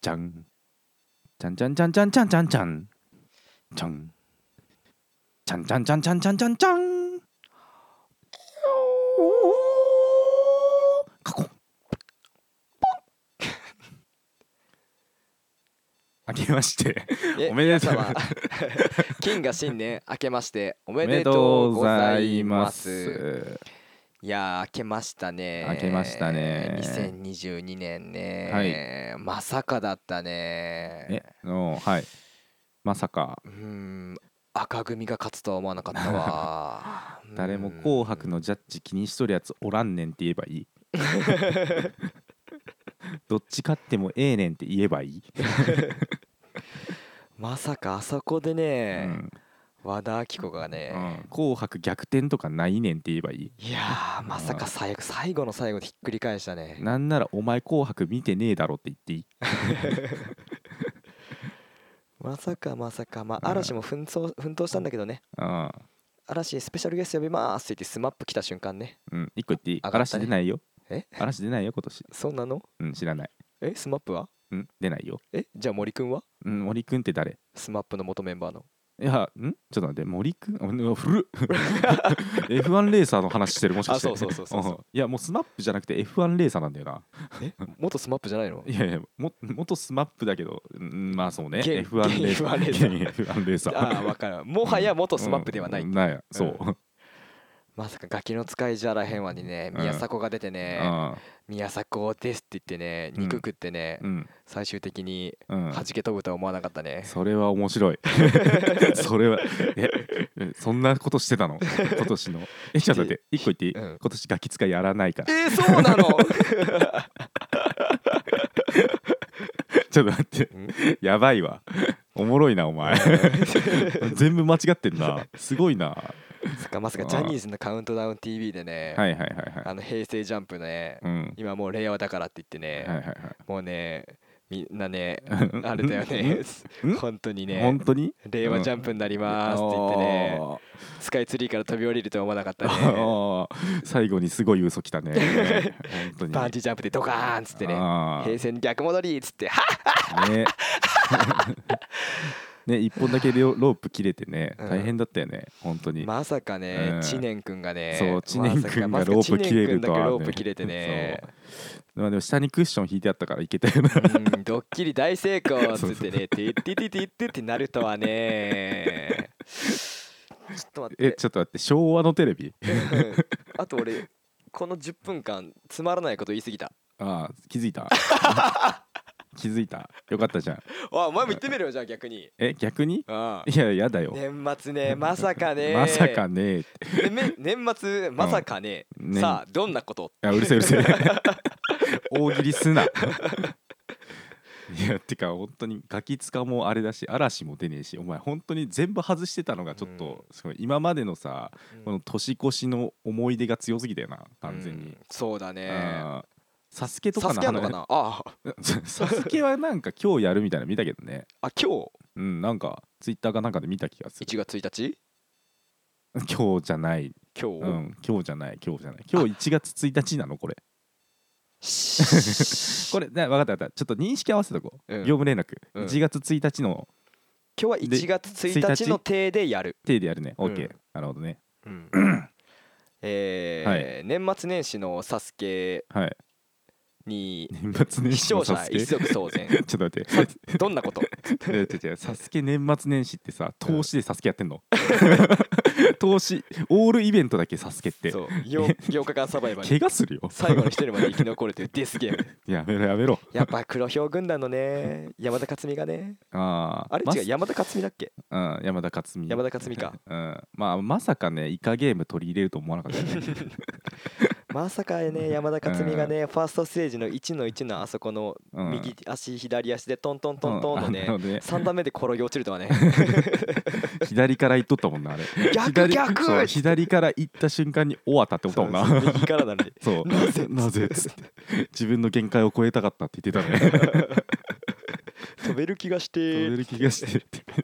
じゃん。じゃんじゃんじゃんじゃんじゃんじゃんじゃん。じゃん。じゃんじゃんじゃんじゃんじゃんじゃんじゃん。 かこ。あけまして。えおめでとう皆様 金が新年明けましておめでとうございまおす。めでとうございます。いやー明けましたね。明けましたね2022年ね、まさかだったねえ。、あのはい。まさかうーん赤組が勝つとは思わなかったわ。 誰も「紅白」のジャッジ気にしとるやつおらんねんって言えばい いどっち勝ってもええねんって言えばいい、うんまさかあそこでね、うん和田アキ子がね。うん紅白逆転とかないねんって言えばいいいやーまさか最悪最後の最後でひっくり返したね。なんならお前紅白見てねえだろって言っていいまさかまさか、まうあ、ん嵐も奮闘奮闘したんだけどね、うん嵐スペシャルゲスト呼びますって言ってスマップ来た瞬間ね。うん、一個言っていいあ上がったね嵐出ないよえ嵐出ないよ今年そうなのうん知らないえスマップはうん出ないよえじゃあ森くんはうん森くんって誰スマップの元メンバーの。いやんちょっと待って森くんあうん古っ F1 レーサーの話してるもしかしてあそうそうそうそうそうんいやもうスマップじゃなくて F1 レーサーなんだよなえ元スマップじゃないのいやいや、も元スマップだけど、うんまあそうね、現 F1 レーサー。現 F1 現 F1 レーサー。ああ、わかる。もはや元スマップではない。うんない、そう。まさかガキの使いじゃらへんわにね、うん宮迫が出てね、あ宮迫ですって言ってね、うん肉食ってねー、うん、最終的にうん。弾け飛ぶとは思わなかったね。それは面白 い。それは、え、えそんなことしてたの今年の。え、ちょっと待って、一個言っていい、うん今年ガキ使いやらないから。えー、そう なのちょっと待って、やばいわ。おもろいな、お前。 全部間違ってんな。すごいな。はそっかまさかジャニーズのカウントダウン TV でねい、はいはいはい。あの平成ジャンプね、うん。今もう令和だからって言ってね、はいはいはい。もうね、みんなね、うんあれだよね、うん本当に本ね、当に令和ジャンプになりますって言ってね、あースカイツリーから飛び降りるとは思わなかったね。ああ 最後にすごい嘘きたね。本当に。バンジージャンプでドカーンっつってね、あ平成に逆戻りっつって、はっあね。ね一本だけロロープ切れてねうん大変だったよね本当に。まさかうねん、知念くんがね、そう知念くんがロープ切れるとはねまさかまさか知念くんだけロープ切れてね、まあでも下にクッション引いてあったからいけたよな。うんドッキリ大成功っつってね、てってってってってってなるとはね、ちょっと待っえて、ちょっと待って昭和のテレビ。うんあと俺、この10分間、つまらないこと言い過ぎた。ああ気づい た。気づいた。よかったじゃん。あお前も言ってみろよじゃあ逆にえ逆に？ああいややだよ。年末ねまさかね まさかねって。ねめ年末まさかねうんねさあどんなことあうるせえうるせ え大喜利すないやてか本当にガキつかもあれだし嵐も出ねえしお前本当に全部外してたのがちょっと、すごい今までのさこの年越しの思い出が強すぎたよな完全うにん、そうだねあーサスケとサかスのケあんのか話 なああサスケはなんか今日やるみたいなの見たけどねあ今うんなんかツイッターかなんかで見た気がす日る1月1日今日じゃない、今日、うん、今日じゃない今日じゃない今日1月1日なのこれし これね分かった分かったちょっと認識合わせとこう、うん業務連絡、うん1月1日の今日は1月1日の手でやる、手でやるねうん OK、なるほどねうんえー年末年始のサスケはい に年末年視始聴の者サスケ一ちょっ族騒 然と待って どんなこと違う違うサスケ年末年始ってさ投資でサスケやって んの投資オールイベントだけサスケってそう 8, 日間サバイバル怪我するよ最後の一人まで生き残るというデスゲーム やめろやめろやっぱ黒ひょう軍団の ね山田勝美がねあーあれま違う山田勝美だっけうん、山田勝美山田勝美かうん、まあまさかねイカゲーム取り入れると思わなかったよねまさかね山田勝美がねファーストステージの1の1のあそこのうん右足左足でトントントントンのうねんあなるほどね3段目で転げ落ちる とはね左から行っとったもんなあれ逆左逆そう左から行った瞬間に終わったってことだもんなそうそう右からなのにそうなぜ なぜつって自分の限界を超えたかったって言ってたね飛べる気がして飛べる気がしてってい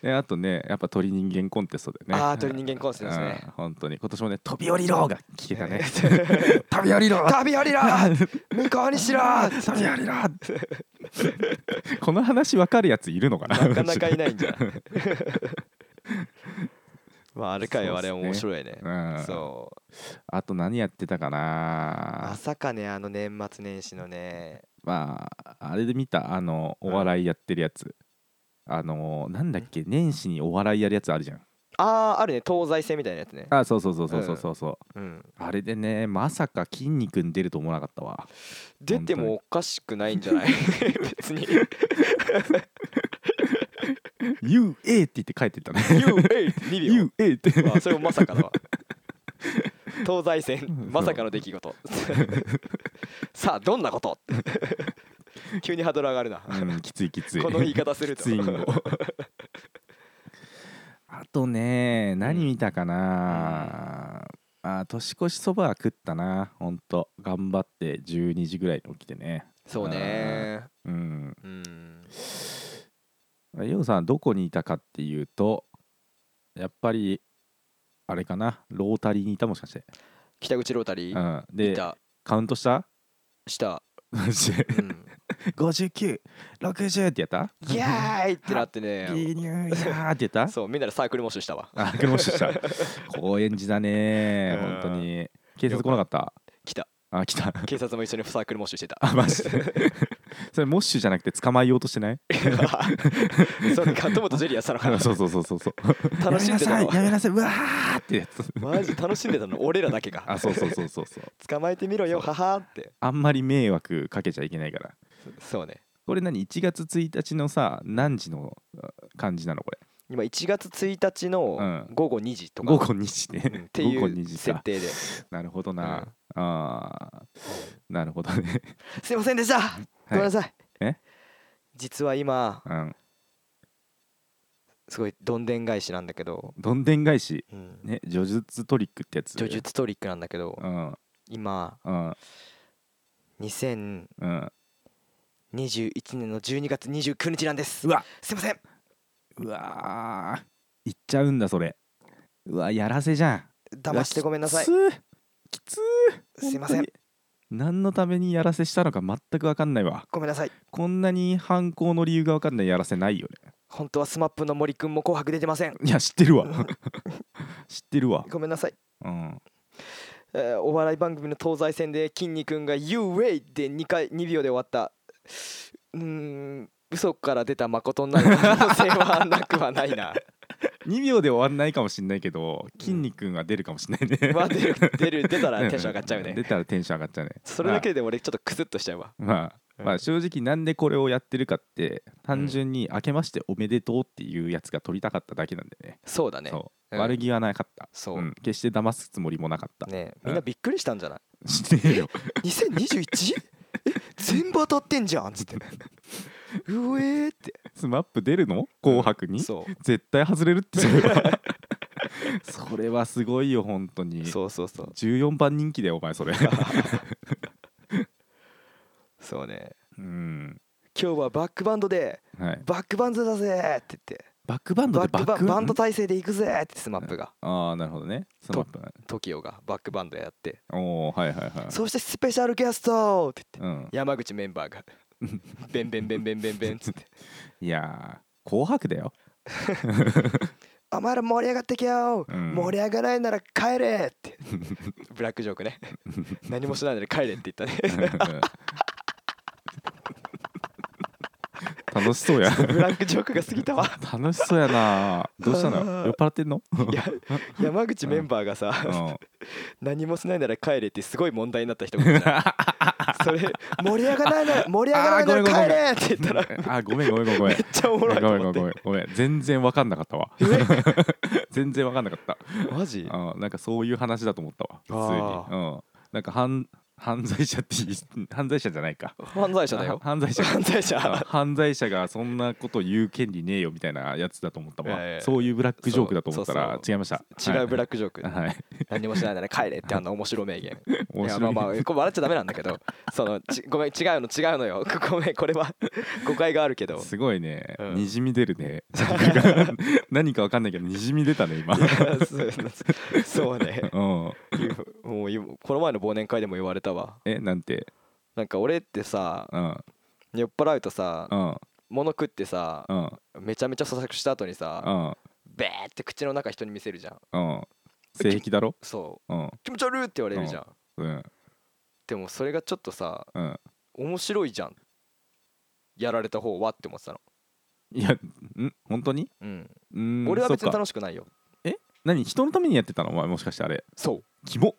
えあとねやっぱ鳥人間コンテストでねああ鳥人間コンテストですねうん本当に今年もね「飛び降りろ!」が聞けたね 飛び降りろ飛び降りろ 向こうにしろ飛び降りろ この話分かるやついるのかななかなかいないんじゃ ないまああれかそうよあっすれね面白いねうんそうあと何やってたかまなさかねあの年末年始のねまああれで見たあのお笑いやってるやつ、あのなんだっけ年始にお笑いやるやつあるじゃんあああるね東西線みたいなやつねあそうそうそうそうそうそうそううんあれでねまさか筋肉に出ると思わなかったわ出てもおかしくないんじゃない 別に UA って言って書いてた ね U82 秒 UA ってあそれもまさかだわ東西線まさかの出 来事さあどんなこと急にハードル上がるなうんきついきついこの言い方するとツインゴあとね何見たかな、あ年越しそばは食ったなほんと頑張って12時ぐらいに起きてねそうねうんうんようさんどこにいたかっていうとやっぱりあれかなロータリーにいたもしかして、北口ロータリうーん、いでたカウントしたした、マジで うん、 5960ってやったギャーイってなってね牛乳やーって言った そうみんなでサークルモッシュしたわあ、クロッシュした。高円寺だねうー、ん本当に。警察来なかった。来たあ、来た。警察も一緒にサークルモッシュしてた あ、マジで。それモッシュじゃなくて捕まえようとして ないそれかトムとジェリーやってたのかあなそうそうそうそうそう。楽しんでたやめのなさい、やめなさい、うわーってやつ。マジ楽しんでたの俺らだけがあ、そうそうそうそうそう。捕まえてみろよははーってあんまり迷惑かけちゃいけないから。そうねこれ何 ?1 月1日のさ、何時のあ感じなのこれ。今1月1日のうん午後2時とか、午後2時うんね。っ て午後い2う時設か。定でなるほどな。ああ、なるほどね。すいませんでしたごめんなさいえ実は今うん。すごいどんでん返しなんだけど、どんでん返し。うん、ね、叙述トリックってやつ。叙述トリックなんだけどうん今うん2021うん年の12月29日なんですうわすいませんうわーいっちゃうんだそれうわやらせじゃん騙してごめんなさいきつーきつーすいません本当に何のためにやらせしたのか全く分かんないわごめんなさいこんなに犯行の理由が分かんないやらせないよね 本当はスマップの森くんも紅白出てませんいや知ってるわ 知ってるわごめんなさい、うんえーお笑い番組の東西戦で筋肉くんが「YouWay」で2回2秒で終わったうーん嘘から出た誠になる可能性はなくはない な2秒で終わんないかもしんないけど筋肉が出るかもしんない ね、まあ出る出る出たらテンション上がっちゃう出ねたらテンション上がっちゃうねそれだけで俺ちょっとクスッとしちゃうわまうあ、んまあ正直なんでこれをやってるかって単純に「明けましておめでとう」っていうやつが取りたかっただけなんでね、そうだねそう、うん悪気はなかったそううん決して騙すつもりもなかった、 ねみんなびっくりしたんじゃないしてねえよ 2021? え全部当たってんじゃんっ つってうえーってスマップ出るの紅白に、そ絶対外れるってそれ はそれはすごいよ本当にうそうそうそう14番人気だよお前 それそうねうん今日はバックバンドではいバックバンドだぜって言ってバックバンドバでックババックバンド体制で行くぜってスマップがああなるほどねスマップ TOKIO がバックバンドやっておおはいはいはいそしてスペシャルゲストって言ってうん、山口メンバーがベンベンベンベンベンベンっつっていやー紅白だ よ「 お前ら盛り上がってけようん盛り上がらないなら帰れ!」って ブラックジョークね 何もしないなら帰れって言ったね楽しそうやブラックジョークが過ぎたわ楽しそうやなどうしたのあー酔っ払ってんのいや山口メンバーがさ、う何もしないなら帰れってすごい問題になった人がいるじゃ んそれ盛り上がらないなら盛り上がらないなら帰れって言ったらめっんあごめんごめんごめんごめんちゃおもろいとごめん思ごっめんごめんごめん全然わかんなかったわ 全然わかんなかったてマジあーなんかそういう話だと思ったわ普通あに、うん、なんか反犯罪者って言い 犯罪者じゃないか犯罪者だよあ犯罪 者犯 罪者あ犯罪者がそんなこと言う権利ねえよみたいなやつだと思ったわ、いやいやそういうブラックジョークだと思ったそらう違いました違うブラッックジョーク、はい、はい、何もしないなら帰れってあんな面白名言面いや白いまあまあこれ笑っちゃダメなんだけどそのちごめん違うの違うのよ ごめんこれは誤解があるけどすごいね、うんにじみ出る ね何かが何かわかんないけどにじみ出たね今そう そうねうんもう今この前の忘年会でも言われたわえなんてなんか俺ってさうん酔っ払うとさうん物食ってさうんめちゃめちゃ咀嚼した後にさうんベーって口の中人に見せるじゃんうん性癖だろそうんう気持ち悪いって言われるじゃんうんでもそれがちょっとさうん面白いじゃんやられた方はって思ってたのいやん本当にうんうーん俺は別にそっか楽しくないよ何人のためにやってたのお前もしかしてあれそうキモ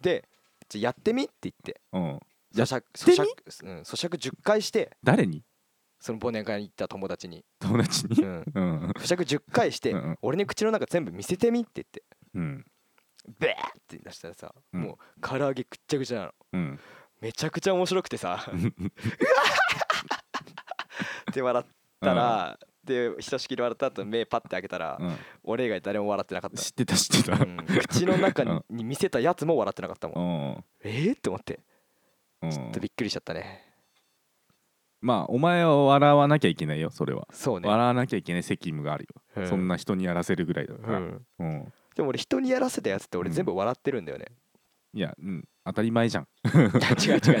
でじゃあやってみって言ってうん咀嚼て咀み嚼,、うん、咀嚼10回して誰にその忘年会に行った友達 に、友達うにん、 うん咀嚼10回してうんうん俺に口の中全部見せてみって言ってうんベーって出したらさ、うんもう唐揚げぐっちゃぐちゃなのうんめちゃくちゃ面白く てさうわって笑ったら、でひとしきり笑った後目パッて開けたら、うん俺以外誰も笑ってなかった 知ってた知ってたうん口の中に,、うんに見せたやつも笑ってなかったもん、うんえーって思ってうんちょっとびっくりしちゃったねまあお前は笑わなきゃいけないよそれはそうね、笑わなきゃいけない責務があるうよそんな人にやらせるぐらいだかうらん、うんでも俺人にやらせたやつって俺うん全部笑ってるんだよね、 いやうん当たり前じゃんいや違う違う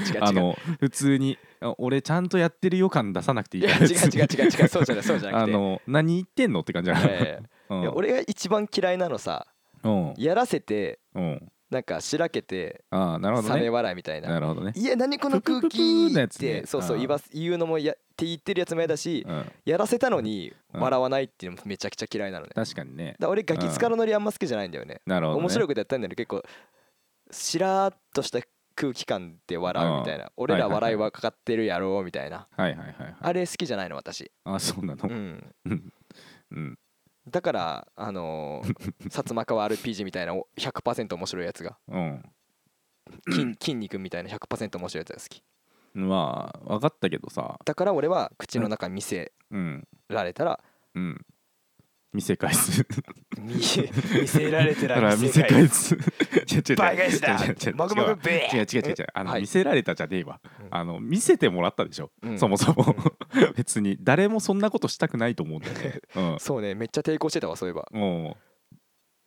違う違うあの普通にあ俺ちゃんとやってる予感出さなくていいいかやら違う違う別に違う違うそうじゃないそうじゃ なあくての何言ってんのって感じだいかやいやいら、うん、やいや俺が一番嫌いなのさうんやらせてうんなんかしらけてああなるほど冷めね笑いみたいななるほどね「いや何このプププ空プ気」ーのっやつねてそうそううん言わす言うのもやって言ってるやつも嫌だしうんやらせたのにうん笑わないっていうのもめちゃくちゃ嫌いなのねだか確かにねら俺ガキ使のノリあんま好きじゃないんだよねなるほど、ね、面白いくことやったんだけど結構しらーっとした空気感で笑うみたいな俺ら笑いはかかってるやろうみたいなはいはいはいはいあれ好きじゃないの私あそうなのうんうんだからあ のー薩摩川 RPG みたいなお100%面白いやつがうん、 筋筋肉みたいな100%面白いやつが好きまあ分かったけどさだから俺は口の中見せうんられた らうん見せ返す見見せられてだからら見見せせ返返すす違う違う違う 倍返しだ違う違う違うマグマグベー違う違う違う違うあの、はい見せられたじゃねえわうんあの見せてもらったでしょ、うんそもそも 別に誰もそんなことしたくないと思うんだよね、 うんそうねめっちゃ抵抗してたわそういえば、も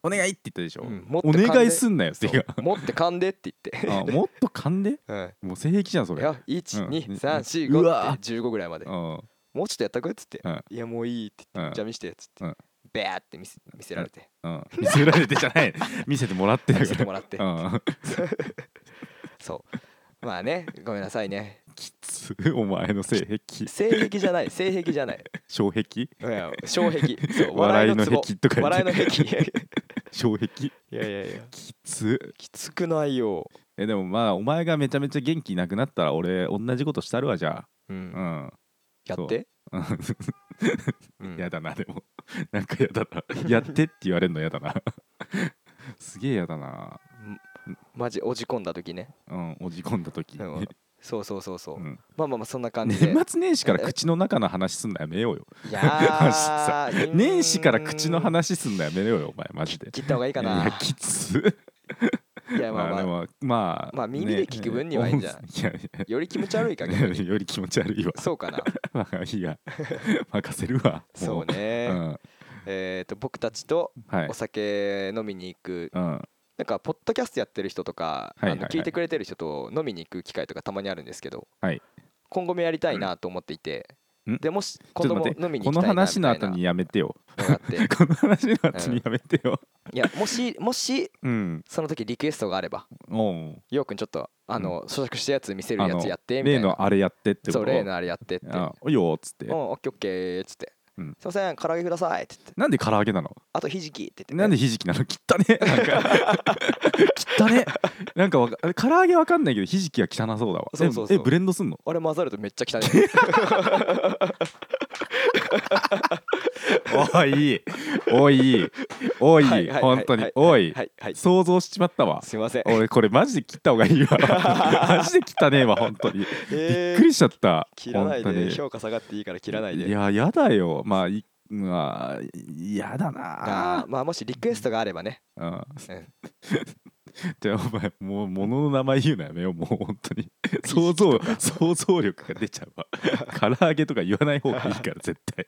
うお願いって言ったでしょ、うんもっとお噛んで願いすんなよってそういうか持って噛んでって 言っあてもっと噛んでうもう性癖じゃんそんいれや1、うん2、3、4、う5わって15ぐらいまでうんうんもうちょっとやったくっつってうんいやもういいって言ってうんじゃあ見してっつってうんベーって見せ見せられてうん見せられてじゃない見せてもらって見るせかてらもらってうん そうまあねごめんなさいねきつお前の性癖性癖じゃない性癖じゃない障壁いや障壁そう笑いのツボ壁とか笑い言のって壁 い障壁やいや いやきつきつくないよ、えでもまあお前がめちゃめちゃ元気なくなったら俺同じことしたるわじゃうあんうんやって、うん うんやだなでもなんかやだなやってって言われるのやだなすげえやだなマジおじ込んだ時ね、うんおじ込んだ時うんそうそうそうそう、 うんまあまあまあそんな感じで年末年始から口の中の話すんのやめようよいやー うーん年始から口の話すんのやめようよお前マジで切った方がいいかいやないきつやまあまあでまあもまあまあ耳で聞く分にはいいんじゃないねいやいやより気持ち悪い か逆により気持ち悪いわ そうかなまあいい や任せるわそううね、んえっ、と僕たちとはいお酒飲みに行くうんなんかポッドキャストやってる人とか、はいはいあのはい聞いてくれてる人と飲みに行く機会とかたまにあるんですけど、はい今後もやりたいなと思っていて、うんでもしちょっ今と度も待って飲みにこ行のきたいなみた話いのな後にやめてよ のがあってこの話の後にやめてよいやもしもしうんその時リクエストがあればおうようくんちょっとあの、咀嚼したやつ見せるやつやってみた例いなのあれやってってことそう例のあれやってって「うんあおいよっつってオッケーオッケー」っつって、うんすいません唐揚げください」って言ってなんで唐揚げなの「あとひじき」って言って、なんでひじきなの汚ね なんか汚ねなんかわかあれ唐揚げわかんないけどひじきは汚そうだわそうそうそうええブレンドすんの あれ混ざるとめっちゃ汚いいおいおいおいはいはいはい本当にはいおいはいはい想像しちまったわすいません俺これマジで切った方がいい わマジで切ったねえわ本当にびっくりしちゃった切らな本い当でに評価下がっていいから切らないでいややだよまあいまあやだあなーまあもしリクエストがあればねあうんじゃあお前もう物の名前言うのやめようもう本 当に想像想像力が出ちゃうわ唐揚げとか言わない方がいいから絶対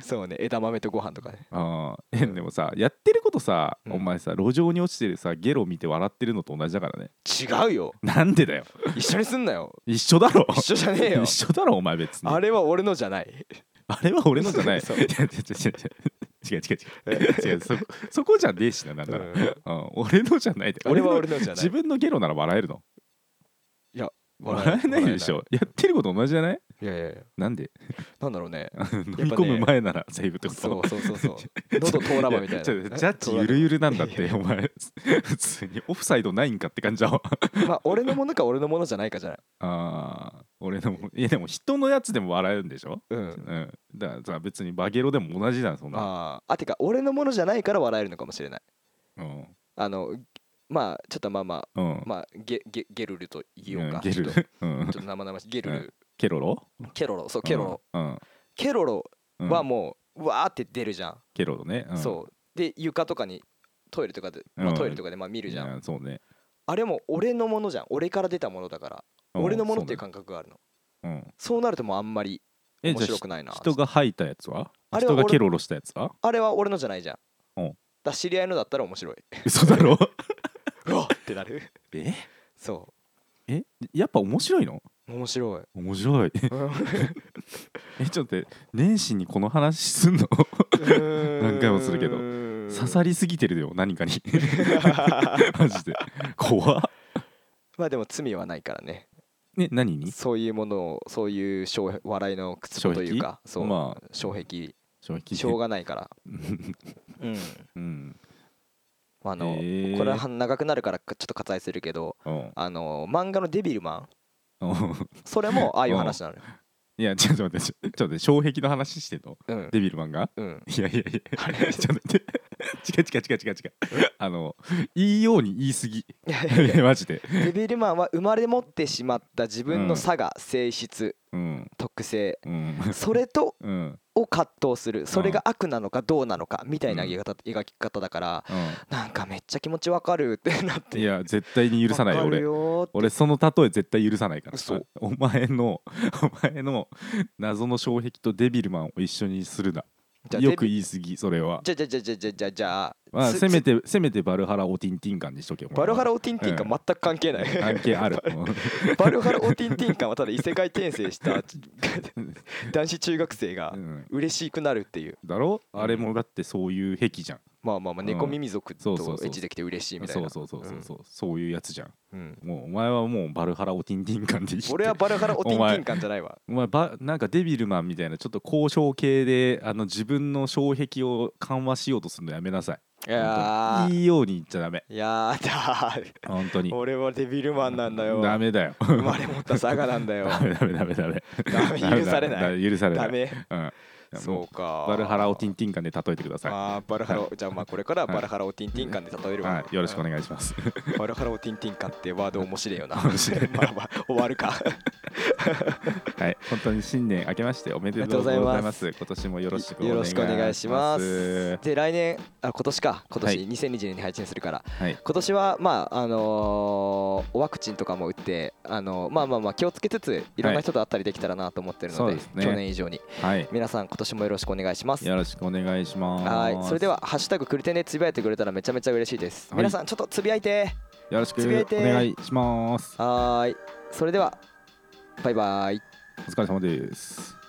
そうね枝豆とご飯とかねあーえでもさやってることさ、うんお前さ路上に落ちてるさゲロ見て笑ってるのと同じだからね違うよなんでだよ一緒にすん なよ一緒だろ一緒じゃねえよ一緒だろお前別にあれは俺のじゃないあれは俺のじゃない。違そうう違う違う違う違う違う違うそそこじゃねえしななんだから、うんうん俺のじゃないで。あれはの俺のじゃない自分のゲロなら笑えるの。いや笑えないでしょ。やってること同じじゃない？いやいやいやなんで なんだろうね飲み込む前ならセーブってこと。そうそうそうそう喉通らばみたいなちょっとジャッジゆるゆるなんだってお前普通にオフサイドないんかって感じだわまあ俺のものか俺のものじゃないかじゃないあー俺のもいやでも人のやつでも笑えるんでしょううんんだからさ別にバゲロでも同じだなそんなあーあてか俺のものじゃないから笑えるのかもしれないうんあのまあちょっとまあまうんあまあゲゲゲルルと言おううんかゲルちょっとちルうんょっと生々しいゲルルケロロケロロ そうケロロうんうんケロロうんはもううわーって出るじゃんケロロね、うん、そうで床とかにトイレとかで、まあうんトイレとかでまあ見るじゃん、いやそうねあれも俺のものじゃん俺から出たものだから、うん俺のものっていうそ感覚があるのうねうんそうなるともうあんまりえ面じゃ白あくないな人が吐いたやつはあれは人俺がケロロしたやつはあれは俺のじゃないじゃんうんだ知り合いのだったら面白い 嘘だろうわっってなるえそえやっぱ面白いのう面 白い面白いうんえちょっと待って年始にこの話すんの何回もするけど刺さりすぎてるよ何か にマジで怖っまあでも罪はないからねね何にそういうものをそういう障笑いの靴というかそう、まあ障壁正直しょうがない から、うん、うんあの、へーこれは長くなるからちょっと割愛するけどうん あの漫画の「デビルマンうん」そ れもああいううん話なのよ。いやちょっと待ってちょちょっと待って障壁の話してんのうんデビルマンがうん、いやいやいや、ちょっと待って、違 う違う違う違う違 う、あの、言いように言い過ぎ、いや いやいやマジで。デビルマンは生まれ持ってしまった自分の差が性質うん、特性うん、それとうん、うん、を葛藤するそれが悪なのかどうなのかみたいな描き方描き方だからなんかめっちゃ気持ちわかるってなっていや、絶対に許さないよわかる俺。よーって俺その例え絶対許さないから嘘お前の お前の謎の障壁とデビルマンを一緒にするなじゃあよくデビ言い過ぎそれは、じゃあじゃあじゃあじゃあじゃあじゃあまあ、つせめてせめてバルハラオティンティン感にしとけお前バはルハラ・オティンティンか全く関係ない関係あるバルハラ・オティンティン感はただ異世界転生した 男子中学生がうん嬉しくなるっていうだろあれもだってそういう癖じゃんまあまあまあうん猫耳族そとうそうそうエッチできて嬉しいみたいそなうそうそうそうそう、そういうやつじゃんうんうんもうお前はもうバルハラオティンティン感でいいって俺はバルハラ・オティンティン感じゃないわ お前ばなんかデビルマンみたいなちょっと交渉系であの自分の障壁を緩和しようとするのやめなさいいや本当ーにいいように言っちゃダメいやーだー本当に俺はデビルマンなんだよダメだよ生まれ持った佐賀なんだ よダメダメダメダメダメ許されないダメ許されないダメうんそもうかバルハラオティンティン感で例えてくださいあーバルハラじゃあまあこれからははいバルハラオティンティン感で例えるわ、はい、よろしくお願いします。バルハラオティンティン感ってワード面白いよな面白いまあまあ終わるかはい、本当に新年明けましておめでとうございます。今年もよろしくおよ願ろいししくおます。願いします。で来年あ今年か今年は2020年に配信するから、はい、今年はまああのーワクチンとかも打ってあのーまあまあまあ気をつけつついろんな人と会ったりできたらなと思ってるので,、はいそうですね去年以上にはい、皆さん今年もよろしくお願いします。よろしくお願いします。はいそれでは「ハッシュタグクルテン」でつぶやいてくれたらめちゃめちゃ嬉しいです、はい皆さんちょっとつぶやいてよろしくつぶやいてお願いします。はーいそれではバイバイお疲れ様です。